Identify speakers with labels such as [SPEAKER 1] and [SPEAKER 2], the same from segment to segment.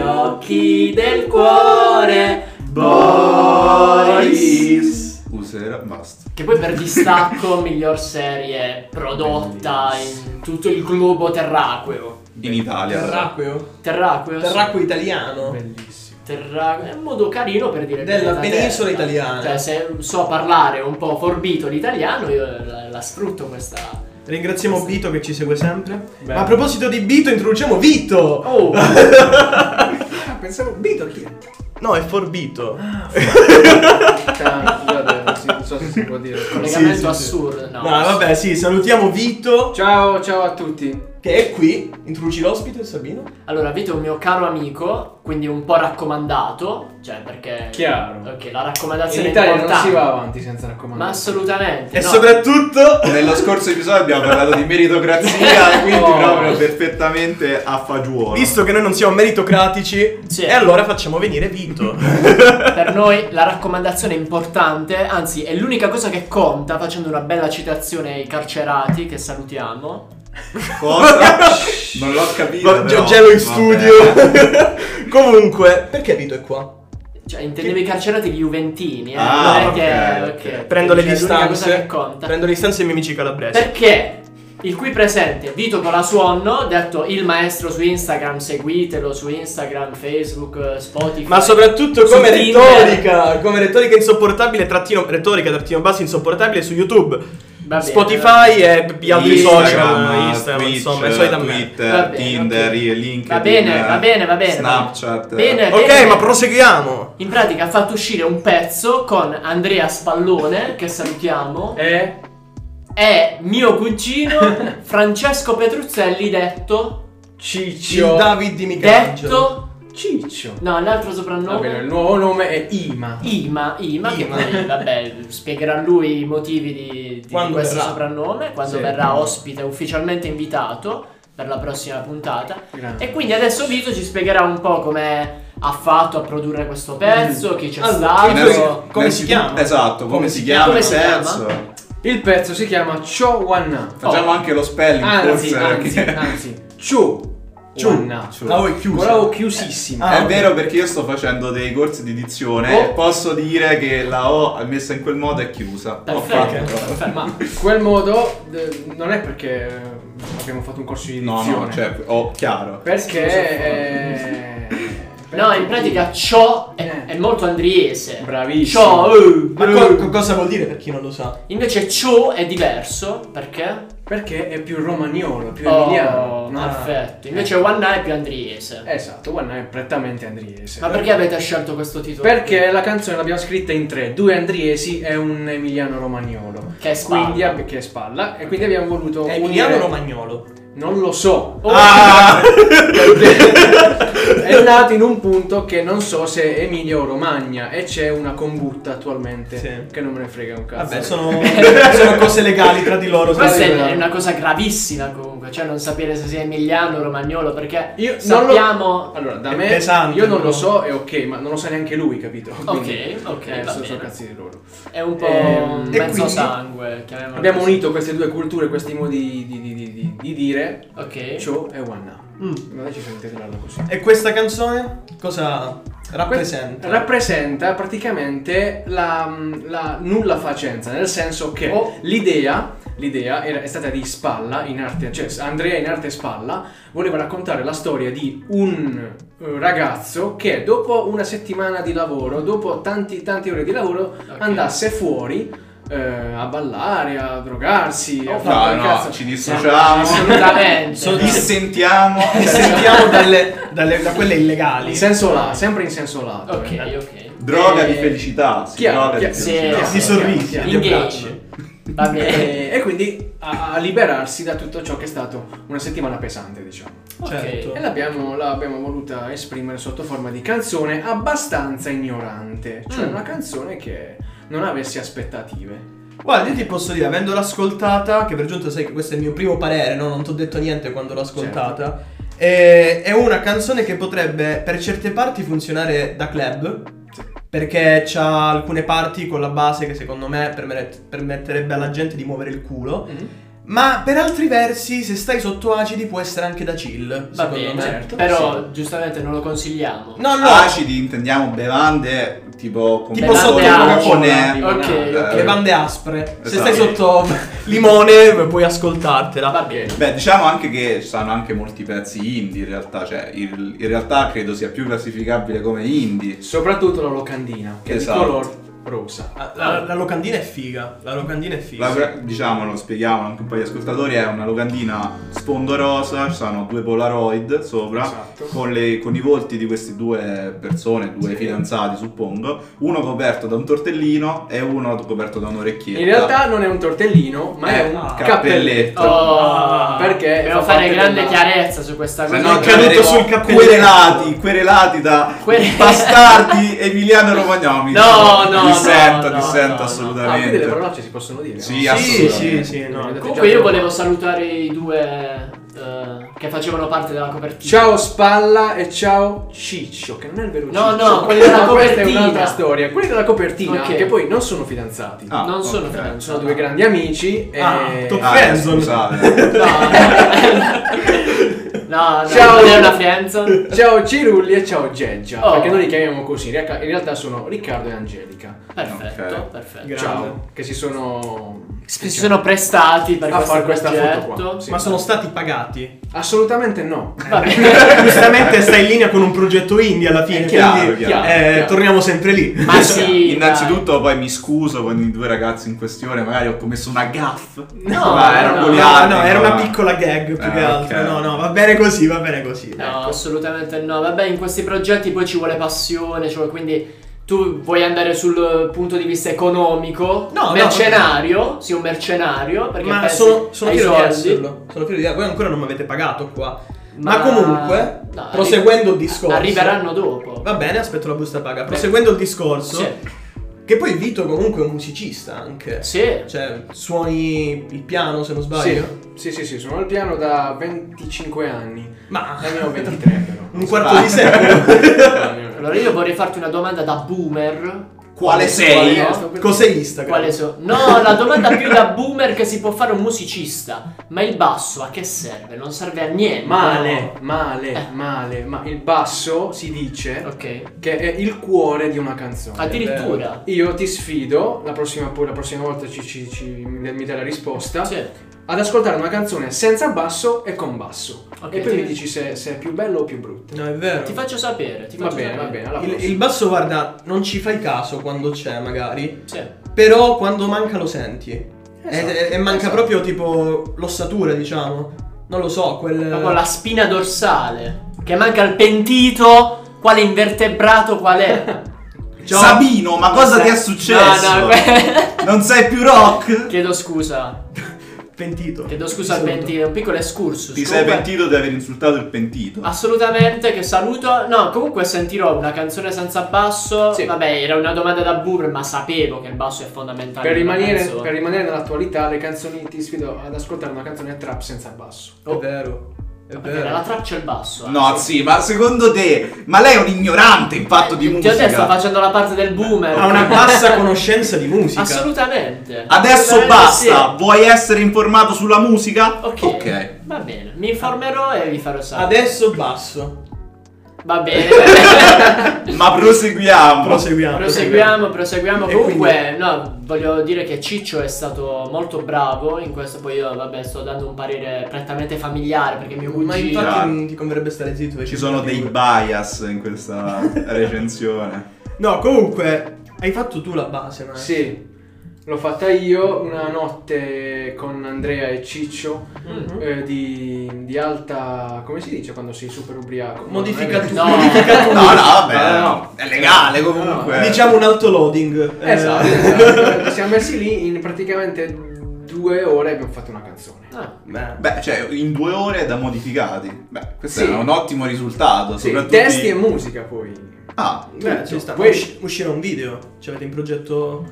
[SPEAKER 1] occhi del cuore, boys.
[SPEAKER 2] Usera, basta.
[SPEAKER 1] Che poi per distacco miglior serie prodotta in tutto il globo terraqueo.
[SPEAKER 2] In Italia.
[SPEAKER 3] Terraqueo?
[SPEAKER 1] Terraqueo? sì.
[SPEAKER 3] Terraqueo italiano?
[SPEAKER 4] Bellissimo.
[SPEAKER 1] Terra- È un modo carino per dire
[SPEAKER 3] Della
[SPEAKER 1] pianeta
[SPEAKER 3] penisola
[SPEAKER 1] Terra.
[SPEAKER 3] italiana.
[SPEAKER 1] Cioè, se so parlare un po' forbito l'italiano, io la, la sfrutto questa.
[SPEAKER 4] Ringraziamo Vito che ci segue sempre.
[SPEAKER 3] Ma a proposito di Vito, introduciamo Vito!
[SPEAKER 1] Oh,
[SPEAKER 3] Ah, pensavo Vito chi è? No, è Forbito.
[SPEAKER 1] Ah,
[SPEAKER 5] Cazzo, vabbè, non si- non so se si può dire.
[SPEAKER 1] collegamento
[SPEAKER 3] sì, sì.
[SPEAKER 1] assurdo.
[SPEAKER 3] No,
[SPEAKER 1] No,
[SPEAKER 3] vabbè, sì, salutiamo Vito cioè,
[SPEAKER 5] Ciao, ciao a tutti.
[SPEAKER 3] che è qui. Introduci l'ospite, Sabino.
[SPEAKER 1] Allora, Vito è un mio caro amico, quindi un po' raccomandato, cioè perché...
[SPEAKER 5] Chiaro.
[SPEAKER 1] Ok, la
[SPEAKER 5] In
[SPEAKER 1] raccomandazione è
[SPEAKER 5] Italia non
[SPEAKER 1] importante.
[SPEAKER 5] si va avanti senza
[SPEAKER 1] Ma
[SPEAKER 5] raccomandare.
[SPEAKER 1] assolutamente.
[SPEAKER 3] E
[SPEAKER 1] no.
[SPEAKER 3] soprattutto
[SPEAKER 2] Nello scorso episodio abbiamo parlato di meritocrazia, quindi
[SPEAKER 5] Oh.
[SPEAKER 2] proprio perfettamente a fagiolo.
[SPEAKER 3] Visto che noi non siamo meritocratici,
[SPEAKER 1] Sì.
[SPEAKER 3] e allora facciamo venire Vito.
[SPEAKER 1] Per noi la raccomandazione è importante, anzi è l'unica cosa che conta, facendo una bella citazione ai carcerati che salutiamo.
[SPEAKER 2] Cosa? non l'ho capito.
[SPEAKER 3] Va-
[SPEAKER 2] però.
[SPEAKER 3] Gelo in
[SPEAKER 2] Vabbè.
[SPEAKER 3] studio. Comunque, perché Vito è qua?
[SPEAKER 1] Cioè, intendevo i carcerati di Juventini, eh?
[SPEAKER 2] Ah,
[SPEAKER 1] non è che...
[SPEAKER 2] ok,
[SPEAKER 1] ok.
[SPEAKER 2] ok.
[SPEAKER 3] Prendo le
[SPEAKER 1] Cioè, è L'unica cosa
[SPEAKER 3] distanze.
[SPEAKER 1] che conta.
[SPEAKER 3] Prendo le distanze ai miei amici calabresi.
[SPEAKER 1] Perché il qui presente Vito Colasuonno, detto il maestro su Instagram, seguitelo su Instagram, Facebook, eh, Spotify.
[SPEAKER 3] Ma soprattutto
[SPEAKER 1] su
[SPEAKER 3] come
[SPEAKER 1] Tinder.
[SPEAKER 3] retorica, come retorica insopportabile, trattino, retorica trattino basso insopportabile su YouTube,
[SPEAKER 1] Va bene,
[SPEAKER 3] Spotify e gli altri social,
[SPEAKER 2] Instagram,
[SPEAKER 3] Instagram,
[SPEAKER 2] Twitch,
[SPEAKER 3] insomma, i soliti da me.
[SPEAKER 1] Va
[SPEAKER 2] Twitter,
[SPEAKER 1] bene,
[SPEAKER 2] Tinder,
[SPEAKER 1] ok.
[SPEAKER 2] LinkedIn.
[SPEAKER 1] Va bene, va bene, va bene.
[SPEAKER 2] Snapchat.
[SPEAKER 1] Bene.
[SPEAKER 3] Ok, ma proseguiamo.
[SPEAKER 1] In pratica ha fatto uscire un pezzo con Andrea Spallone, che salutiamo,
[SPEAKER 5] Eh?
[SPEAKER 1] e mio cugino Francesco Petruzzelli, detto...
[SPEAKER 5] Ciccio.
[SPEAKER 3] Il David di Michelangelo.
[SPEAKER 1] Detto...
[SPEAKER 5] Ciccio.
[SPEAKER 1] No, l'altro
[SPEAKER 5] Va bene, il
[SPEAKER 1] soprannome...
[SPEAKER 5] nuovo nome è Ima.
[SPEAKER 1] Ima, Ima, che
[SPEAKER 3] Ima.
[SPEAKER 1] poi, vabbè, spiegherà lui i motivi di, di
[SPEAKER 3] Quando
[SPEAKER 1] questo
[SPEAKER 3] verrà.
[SPEAKER 1] soprannome, quando
[SPEAKER 5] Sì.
[SPEAKER 1] verrà ospite ufficialmente invitato per la prossima puntata.
[SPEAKER 5] Grande.
[SPEAKER 1] E quindi adesso Vito ci spiegherà un po' come ha fatto a produrre questo pezzo, chi c'è stato.
[SPEAKER 3] Vito- come si chiama?
[SPEAKER 2] Esatto, come, si chiama?
[SPEAKER 1] Come
[SPEAKER 2] il
[SPEAKER 1] si chiama?
[SPEAKER 2] pezzo?
[SPEAKER 5] Il pezzo si chiama Cho Wanna.
[SPEAKER 2] Facciamo
[SPEAKER 1] Oh.
[SPEAKER 2] anche lo spelling
[SPEAKER 5] Anzi,
[SPEAKER 2] forse.
[SPEAKER 5] Ah, anzi,
[SPEAKER 2] perché-
[SPEAKER 5] anzi. Cho.
[SPEAKER 3] Ciu.
[SPEAKER 5] Wanna.
[SPEAKER 2] Ciu.
[SPEAKER 3] La O Ah, oh, è chiusa.
[SPEAKER 5] Con la O chiusissima.
[SPEAKER 3] Ah,
[SPEAKER 2] è
[SPEAKER 3] ok.
[SPEAKER 2] vero perché io sto facendo dei corsi di dizione
[SPEAKER 1] Oh.
[SPEAKER 2] e posso dire che la O messa in quel modo è chiusa. Ho
[SPEAKER 1] Perfetto.
[SPEAKER 2] fatto.
[SPEAKER 1] Perfetto.
[SPEAKER 5] Ma in quel modo eh, non è perché abbiamo fatto un corso di
[SPEAKER 2] No,
[SPEAKER 5] edizione.
[SPEAKER 2] no, cioè, oh, chiaro.
[SPEAKER 5] Perché... eh,
[SPEAKER 1] No, in pratica ciò è,
[SPEAKER 5] Eh.
[SPEAKER 1] è molto andriese.
[SPEAKER 5] Bravissimo.
[SPEAKER 1] Ciò, eh,
[SPEAKER 3] Ma
[SPEAKER 1] eh.
[SPEAKER 3] co- co- cosa vuol dire per chi non lo sa?
[SPEAKER 1] Invece ciò è diverso, perché?
[SPEAKER 5] Perché è più romagnolo, più
[SPEAKER 1] Oh,
[SPEAKER 5] emiliano. Ah. Eh. no?
[SPEAKER 1] perfetto. Invece Wanna è più andriese.
[SPEAKER 5] Esatto, Wanna è prettamente andriese.
[SPEAKER 1] Ma perché avete scelto questo titolo?
[SPEAKER 5] Perché la canzone l'abbiamo scritta in tre, due andriesi e un emiliano romagnolo.
[SPEAKER 1] Che è spalla.
[SPEAKER 5] Quindi, ab- che è spalla. E quindi abbiamo voluto...
[SPEAKER 3] È
[SPEAKER 5] unire-
[SPEAKER 3] Eh, Emiliano Romagnolo.
[SPEAKER 5] Non lo so.
[SPEAKER 1] Oh,
[SPEAKER 3] Ah.
[SPEAKER 5] È nato in un punto che non so se è Emilia o Romagna e c'è una combutta attualmente
[SPEAKER 3] Sì.
[SPEAKER 5] che non me ne frega un cazzo.
[SPEAKER 3] Vabbè, sono, sono cose legali tra di loro.
[SPEAKER 1] Questa
[SPEAKER 3] sono-
[SPEAKER 1] è è una cosa gravissima comunque, cioè non sapere se sia emiliano o romagnolo, perché
[SPEAKER 5] Io non
[SPEAKER 1] sappiamo...
[SPEAKER 5] lo... Allora, da
[SPEAKER 3] È
[SPEAKER 5] me
[SPEAKER 3] pesante,
[SPEAKER 5] io non
[SPEAKER 3] però.
[SPEAKER 5] lo so, è ok, ma non lo sa neanche lui, capito? Quindi,
[SPEAKER 1] ok,
[SPEAKER 5] eh,
[SPEAKER 1] va
[SPEAKER 5] sono, sono
[SPEAKER 1] bene.
[SPEAKER 5] cazzi di loro.
[SPEAKER 1] È un po'
[SPEAKER 5] Ehm,
[SPEAKER 3] e
[SPEAKER 1] mezzo
[SPEAKER 3] quindi?
[SPEAKER 1] sangue, chiamiamolo
[SPEAKER 5] Abbiamo
[SPEAKER 1] così.
[SPEAKER 5] unito queste due culture, questi modi di, di- di- di- di dire
[SPEAKER 1] Ok.
[SPEAKER 5] ciò e one now.
[SPEAKER 3] Mm.
[SPEAKER 5] Non ci sentite tirarla così.
[SPEAKER 3] E questa canzone cosa
[SPEAKER 5] Que-
[SPEAKER 3] rappresenta?
[SPEAKER 5] rappresenta praticamente la, mm, la nulla facenza, nel senso che
[SPEAKER 1] Oh.
[SPEAKER 5] l'idea, l'idea era- è stata di Spalla, in arte, cioè Andrea in arte Spalla, voleva raccontare la storia di un eh, ragazzo che dopo una settimana di lavoro, dopo tanti tante ore di lavoro,
[SPEAKER 1] Ok.
[SPEAKER 5] andasse fuori eh, a ballare, a drogarsi, a
[SPEAKER 1] Oh,
[SPEAKER 2] No,
[SPEAKER 5] fare il
[SPEAKER 2] no,
[SPEAKER 5] cazzo.
[SPEAKER 2] ci dissociamo.
[SPEAKER 1] Assolutamente.
[SPEAKER 3] Sono
[SPEAKER 2] Dissentiamo.
[SPEAKER 1] Eh,
[SPEAKER 3] E sentiamo dalle, dalle- da quelle illegali.
[SPEAKER 5] In senso là, sempre in senso lato.
[SPEAKER 1] Ok,
[SPEAKER 5] eh.
[SPEAKER 1] ok.
[SPEAKER 2] Droga
[SPEAKER 5] Eh,
[SPEAKER 2] di felicità. Sì,
[SPEAKER 5] chiaro,
[SPEAKER 2] droga di
[SPEAKER 5] chiaro,
[SPEAKER 1] sì,
[SPEAKER 2] felicità.
[SPEAKER 1] sì,
[SPEAKER 3] di sorrisi,
[SPEAKER 5] chiaro,
[SPEAKER 3] di
[SPEAKER 1] In
[SPEAKER 3] abbracci.
[SPEAKER 1] game. Va bene.
[SPEAKER 5] Eh, e, e quindi a, a liberarsi da tutto ciò che è stato una settimana pesante, diciamo.
[SPEAKER 3] Certo.
[SPEAKER 5] E l'abbiamo, l'abbiamo voluta esprimere sotto forma di canzone abbastanza ignorante, cioè
[SPEAKER 1] Mm.
[SPEAKER 5] una canzone che non avessi aspettative.
[SPEAKER 3] Guarda, io ti posso dire, avendola ascoltata, che per giunta sai che questo è il mio primo parere, no? non ti ho detto niente quando l'ho ascoltata.
[SPEAKER 1] Certo.
[SPEAKER 3] eh, È una canzone che potrebbe per certe parti funzionare da club. Perché c'ha
[SPEAKER 1] Mm.
[SPEAKER 3] alcune parti con la base che secondo me permet- permetterebbe alla gente di muovere il culo. Ma per altri versi, se stai sotto acidi, può essere anche da chill.
[SPEAKER 1] Va
[SPEAKER 3] secondo
[SPEAKER 1] bene,
[SPEAKER 3] me.
[SPEAKER 5] certo,
[SPEAKER 1] però giustamente non lo consigliamo.
[SPEAKER 3] No, no,
[SPEAKER 2] Acidi, intendiamo bevande tipo con
[SPEAKER 3] Tipo
[SPEAKER 2] con
[SPEAKER 3] sotto
[SPEAKER 2] il
[SPEAKER 3] la
[SPEAKER 2] limone.
[SPEAKER 5] coccola.
[SPEAKER 1] Ok, ok.
[SPEAKER 3] le bande aspre. Se
[SPEAKER 2] Esatto.
[SPEAKER 3] stai sotto limone, puoi ascoltartela.
[SPEAKER 1] Va bene.
[SPEAKER 2] Beh, diciamo anche che ci sono anche molti pezzi indie in realtà, cioè il- in realtà credo sia più classificabile come indie.
[SPEAKER 5] Soprattutto la locandina, che
[SPEAKER 2] Esatto. Ah,
[SPEAKER 5] è di color rosa.
[SPEAKER 3] La, la- la locandina è figa. La locandina è figa.
[SPEAKER 2] La- diciamolo, spieghiamolo anche un po' agli ascoltatori, è una locandina sfondo rosa, ci sono due polaroid sopra,
[SPEAKER 5] Esatto.
[SPEAKER 2] con, le- con i volti di queste due persone, due fidanzati suppongo, uno coperto da un tortellino e uno coperto da un'orecchietta.
[SPEAKER 5] In realtà non è un tortellino, ma è,
[SPEAKER 2] È
[SPEAKER 5] un
[SPEAKER 2] un
[SPEAKER 5] cappelletto.
[SPEAKER 2] Eh, ah, cappelletto.
[SPEAKER 1] Oh,
[SPEAKER 5] perché
[SPEAKER 1] Dobbiamo
[SPEAKER 5] fa
[SPEAKER 1] fare
[SPEAKER 5] parte
[SPEAKER 1] grande
[SPEAKER 5] della-
[SPEAKER 1] chiarezza su questa
[SPEAKER 2] Se
[SPEAKER 1] cosa.
[SPEAKER 2] no,
[SPEAKER 1] Non
[SPEAKER 2] è
[SPEAKER 1] credo-
[SPEAKER 2] caduto
[SPEAKER 3] sul cappelletto.
[SPEAKER 2] Querelati, querelati da
[SPEAKER 1] Que-
[SPEAKER 2] bastardi Emiliano Romagnomi.
[SPEAKER 1] No, no, no,
[SPEAKER 2] Dissento,
[SPEAKER 1] no,
[SPEAKER 2] dissento
[SPEAKER 1] no, no.
[SPEAKER 5] Ah, quindi le
[SPEAKER 2] assolutamente.
[SPEAKER 5] parolacce si possono dire.
[SPEAKER 2] Sì,
[SPEAKER 5] no?
[SPEAKER 3] Sì,
[SPEAKER 2] assolutamente.
[SPEAKER 3] sì, sì, no.
[SPEAKER 1] Comunque io volevo salutare i due eh, che facevano parte della copertina.
[SPEAKER 5] Ciao Spalla e ciao Ciccio, che non è il vero
[SPEAKER 1] No,
[SPEAKER 5] Ciccio.
[SPEAKER 1] no, quelli della
[SPEAKER 5] Ma Questa è
[SPEAKER 1] copertina.
[SPEAKER 5] un'altra storia. Quelli della copertina,
[SPEAKER 1] Ok.
[SPEAKER 5] che poi non sono fidanzati.
[SPEAKER 2] Ah,
[SPEAKER 1] non sono
[SPEAKER 2] ok.
[SPEAKER 1] fidanzati.
[SPEAKER 5] Sono due grandi amici. e-
[SPEAKER 3] Ah, to-
[SPEAKER 2] Ah, eh,
[SPEAKER 3] Friendzone.
[SPEAKER 2] scusate.
[SPEAKER 1] No, no, no,
[SPEAKER 5] Ciao.
[SPEAKER 1] non è una fianza.
[SPEAKER 5] Ciao Cirulli e ciao Geggia.
[SPEAKER 1] Oh.
[SPEAKER 5] Perché noi li chiamiamo così. In realtà- in realtà sono Riccardo e Angelica.
[SPEAKER 1] Perfetto,
[SPEAKER 2] Ok.
[SPEAKER 1] perfetto.
[SPEAKER 3] Grande.
[SPEAKER 5] Ciao, che si sono.
[SPEAKER 1] Si sono prestati per
[SPEAKER 5] A
[SPEAKER 1] questo
[SPEAKER 5] far questa
[SPEAKER 1] progetto.
[SPEAKER 5] foto qua, sì.
[SPEAKER 3] Ma sono stati pagati.
[SPEAKER 5] cioè, Assolutamente no.
[SPEAKER 1] Va bene.
[SPEAKER 3] Giustamente stai in linea con un progetto indie alla
[SPEAKER 1] È
[SPEAKER 3] fine. quindi,
[SPEAKER 2] chiaro, chiaro,
[SPEAKER 3] eh,
[SPEAKER 1] chiaro.
[SPEAKER 3] torniamo sempre lì.
[SPEAKER 1] Ma sì,
[SPEAKER 2] Innanzitutto poi mi scuso con i due ragazzi in questione, magari ho commesso una gaffe.
[SPEAKER 1] No,
[SPEAKER 2] ma era
[SPEAKER 1] no,
[SPEAKER 3] No,
[SPEAKER 2] Goliardi,
[SPEAKER 3] no, era
[SPEAKER 2] ma-
[SPEAKER 3] una piccola gag più
[SPEAKER 2] Ah,
[SPEAKER 3] che altro.
[SPEAKER 2] ok.
[SPEAKER 3] No, no, va bene così, va bene così. Ecco.
[SPEAKER 1] dai. No, assolutamente no. Vabbè, in questi progetti poi ci vuole passione, cioè, quindi tu vuoi andare sul eh, punto di vista economico,
[SPEAKER 3] No, no,
[SPEAKER 1] mercenario, sì, un mercenario, perché
[SPEAKER 3] Ma
[SPEAKER 1] pensi
[SPEAKER 3] sono, sono
[SPEAKER 1] ai
[SPEAKER 3] fiero di
[SPEAKER 1] soldi.
[SPEAKER 3] esserlo. Sono fiero di Voi ancora non mi avete pagato qua. Ma, comunque,
[SPEAKER 1] no, arri-
[SPEAKER 3] proseguendo il discorso.
[SPEAKER 1] Arriveranno dopo.
[SPEAKER 3] Va bene, aspetto la busta paga. Proseguendo il discorso,
[SPEAKER 1] Sì.
[SPEAKER 3] che poi Vito comunque è un musicista anche.
[SPEAKER 1] Sì.
[SPEAKER 3] Cioè, suoni il piano se non
[SPEAKER 5] Sì,
[SPEAKER 3] sbaglio.
[SPEAKER 5] sì, sì, sì, sono al piano da 25 anni.
[SPEAKER 3] Ma
[SPEAKER 1] Eh,
[SPEAKER 5] Ne abbiamo 23 però.
[SPEAKER 3] un quarto di secolo.
[SPEAKER 1] Allora io vorrei farti una domanda da boomer.
[SPEAKER 2] Quale sei?
[SPEAKER 1] no?
[SPEAKER 3] Cos'è Instagram?
[SPEAKER 1] Quale so? No, la domanda più da boomer che si può fare a un musicista. Ma il basso a che serve? Non serve a niente.
[SPEAKER 5] Male, male,
[SPEAKER 1] Eh.
[SPEAKER 5] male, ma il basso si dice
[SPEAKER 1] Ok.
[SPEAKER 5] che è il cuore di una canzone.
[SPEAKER 1] Addirittura.
[SPEAKER 5] Io ti sfido, la prossima, poi la prossima volta ci, ci- ci- mi dai la risposta,
[SPEAKER 1] Sì.
[SPEAKER 5] ad ascoltare una canzone senza basso e con basso.
[SPEAKER 1] Ok,
[SPEAKER 5] e poi
[SPEAKER 1] ti-
[SPEAKER 5] mi dici se, se è più bello o più brutto.
[SPEAKER 3] No, è vero.
[SPEAKER 1] Ti faccio sapere. Ti
[SPEAKER 5] Va
[SPEAKER 1] faccio
[SPEAKER 5] bene, va
[SPEAKER 1] sapere.
[SPEAKER 5] bene, alla
[SPEAKER 3] Il,
[SPEAKER 5] prossima.
[SPEAKER 3] il basso, guarda, non ci fai caso quando c'è, magari.
[SPEAKER 1] Sì.
[SPEAKER 3] Però quando manca lo senti. E-
[SPEAKER 5] Esatto,
[SPEAKER 3] Eh, e, e manca
[SPEAKER 5] esatto.
[SPEAKER 3] proprio tipo l'ossatura, diciamo. Non lo so, quel.
[SPEAKER 1] Proprio la spina dorsale. Che manca il pentito. Quale invertebrato qual è?
[SPEAKER 3] Ciao.
[SPEAKER 2] Sabino, ma cosa ti è successo?
[SPEAKER 1] No, no, que-
[SPEAKER 2] Non sei più rock?
[SPEAKER 1] chiedo scusa.
[SPEAKER 3] Pentito.
[SPEAKER 1] Chiedo scusa al
[SPEAKER 3] Saluto.
[SPEAKER 1] pentito. Un piccolo escursus.
[SPEAKER 2] Ti sei
[SPEAKER 1] Comunque-
[SPEAKER 2] pentito di aver insultato il pentito.
[SPEAKER 1] Ah, Assolutamente, che saluto. No, comunque sentirò una canzone senza basso.
[SPEAKER 5] Sì.
[SPEAKER 1] Vabbè, era una domanda da boomer, ma sapevo che il basso è fondamentale.
[SPEAKER 5] Per
[SPEAKER 1] in una
[SPEAKER 5] rimanere,
[SPEAKER 1] canzone.
[SPEAKER 5] per rimanere nell'attualità, le canzoni ti sfido ad ascoltare una canzone trap senza basso.
[SPEAKER 3] È vero. È
[SPEAKER 1] Perché
[SPEAKER 3] vero.
[SPEAKER 1] nella traccia il basso. eh.
[SPEAKER 2] No, sì, ma secondo te, ma lei è un ignorante in fatto di
[SPEAKER 1] Ti ho detto, sta
[SPEAKER 2] musica.
[SPEAKER 1] facendo la parte del boomer.
[SPEAKER 3] Ha una bassa conoscenza di musica.
[SPEAKER 1] Assolutamente.
[SPEAKER 2] Adesso
[SPEAKER 1] Assolutamente
[SPEAKER 2] basta,
[SPEAKER 1] sì.
[SPEAKER 2] vuoi essere informato sulla musica?
[SPEAKER 1] Ok.
[SPEAKER 2] Ok.
[SPEAKER 1] Va bene, mi informerò e vi farò sapere.
[SPEAKER 3] Adesso basso.
[SPEAKER 1] Va bene.
[SPEAKER 2] Ma proseguiamo.
[SPEAKER 3] Proseguiamo.
[SPEAKER 1] Proseguiamo, proseguiamo.
[SPEAKER 3] E
[SPEAKER 1] Comunque, no, voglio dire che Ciccio è stato molto bravo in questo. Poi io, vabbè, sto dando un parere prettamente familiare perché mio
[SPEAKER 3] Ma
[SPEAKER 1] cugino.
[SPEAKER 3] infatti non ti converrebbe stare zitto.
[SPEAKER 2] Ci sono dei bias in questa recensione.
[SPEAKER 3] No, comunque, hai fatto tu la base, ma.
[SPEAKER 5] Sì, l'ho fatta io una notte con Andrea e Ciccio
[SPEAKER 3] Mhm.
[SPEAKER 5] eh, di, di alta... come si dice quando sei super ubriaco? Eh,
[SPEAKER 3] Modifica tu.
[SPEAKER 5] No,
[SPEAKER 1] No.
[SPEAKER 3] Modifica tu.
[SPEAKER 2] No, no, vabbè,
[SPEAKER 5] No, no.
[SPEAKER 2] è legale comunque.
[SPEAKER 3] Diciamo un alto loading.
[SPEAKER 5] non è vero. Esatto,
[SPEAKER 3] Eh,
[SPEAKER 5] esatto. siamo messi lì in praticamente due ore e abbiamo fatto una canzone.
[SPEAKER 1] Ah,
[SPEAKER 3] Beh.
[SPEAKER 2] Beh, cioè, in due ore da modificati. Beh, questo
[SPEAKER 5] Sì.
[SPEAKER 2] è un ottimo risultato.
[SPEAKER 5] Sì,
[SPEAKER 2] soprattutto
[SPEAKER 5] testi
[SPEAKER 2] i-
[SPEAKER 5] e musica poi.
[SPEAKER 2] Ah,
[SPEAKER 3] Beh, ci sta.
[SPEAKER 5] Poi-
[SPEAKER 3] Usci- uscirà un video. Ci avete in progetto.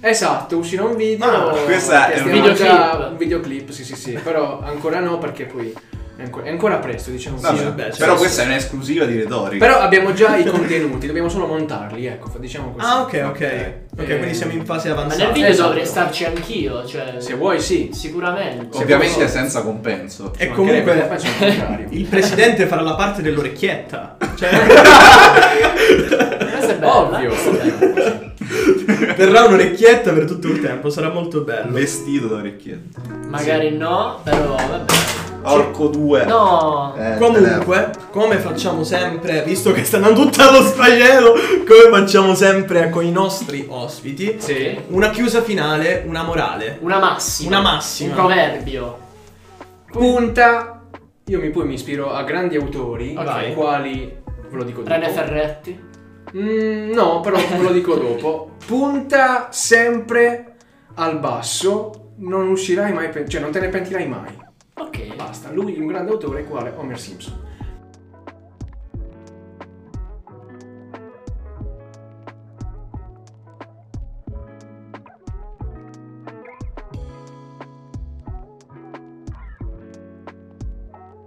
[SPEAKER 5] Esatto, uscirà un video.
[SPEAKER 3] Ah,
[SPEAKER 2] questo è
[SPEAKER 5] che
[SPEAKER 2] un
[SPEAKER 5] stiamo già-
[SPEAKER 1] videoclip.
[SPEAKER 5] un videoclip, sì, sì, sì. Però ancora no, perché poi È anco- è ancora presto, diciamo
[SPEAKER 2] Vabbè,
[SPEAKER 5] così.
[SPEAKER 3] vabbè,
[SPEAKER 2] però
[SPEAKER 3] sì,
[SPEAKER 2] questa è un'esclusiva di retorica.
[SPEAKER 5] Però abbiamo già i contenuti, dobbiamo solo montarli, ecco, fa- diciamo così.
[SPEAKER 3] Ah, ok, ok. Ok,
[SPEAKER 5] Eh,
[SPEAKER 3] quindi siamo in fase
[SPEAKER 1] Ma
[SPEAKER 3] avanzata.
[SPEAKER 1] nel video
[SPEAKER 5] Esatto.
[SPEAKER 1] dovrei starci anch'io, cioè...
[SPEAKER 5] Se vuoi, sì.
[SPEAKER 1] Sicuramente.
[SPEAKER 2] Ovviamente senza compenso.
[SPEAKER 3] E
[SPEAKER 5] Ci
[SPEAKER 3] comunque-
[SPEAKER 5] mancherebbe, faccio il contrario.
[SPEAKER 3] Il presidente farà la parte dell'orecchietta. Cioè,
[SPEAKER 1] Questa è eh. bella.
[SPEAKER 5] Ovvio,
[SPEAKER 1] questa è bella.
[SPEAKER 5] ovvio.
[SPEAKER 3] verrà un'orecchietta per tutto il tempo, sarà molto bello.
[SPEAKER 2] Vestito da orecchietto.
[SPEAKER 1] Magari no, però vabbè.
[SPEAKER 2] Orco 2.
[SPEAKER 1] No.
[SPEAKER 2] Eh,
[SPEAKER 3] Comunque, come facciamo sempre, visto che sta andando tutto allo sbagliato, come facciamo sempre con i nostri ospiti,
[SPEAKER 5] Sì.
[SPEAKER 3] una chiusa finale, una morale.
[SPEAKER 1] Una massima.
[SPEAKER 3] Una massima.
[SPEAKER 1] Un proverbio.
[SPEAKER 5] Punta. Io mi, poi mi ispiro a grandi autori,
[SPEAKER 1] Ok.
[SPEAKER 5] ai quali ve lo dico dopo.
[SPEAKER 1] Rene Ferretti.
[SPEAKER 5] Mm, no, però ve lo dico dopo. Punta sempre al basso, non uscirai mai, pe- cioè non te ne pentirai mai.
[SPEAKER 1] Ok.
[SPEAKER 5] Basta, lui è un grande autore quale Homer Simpson.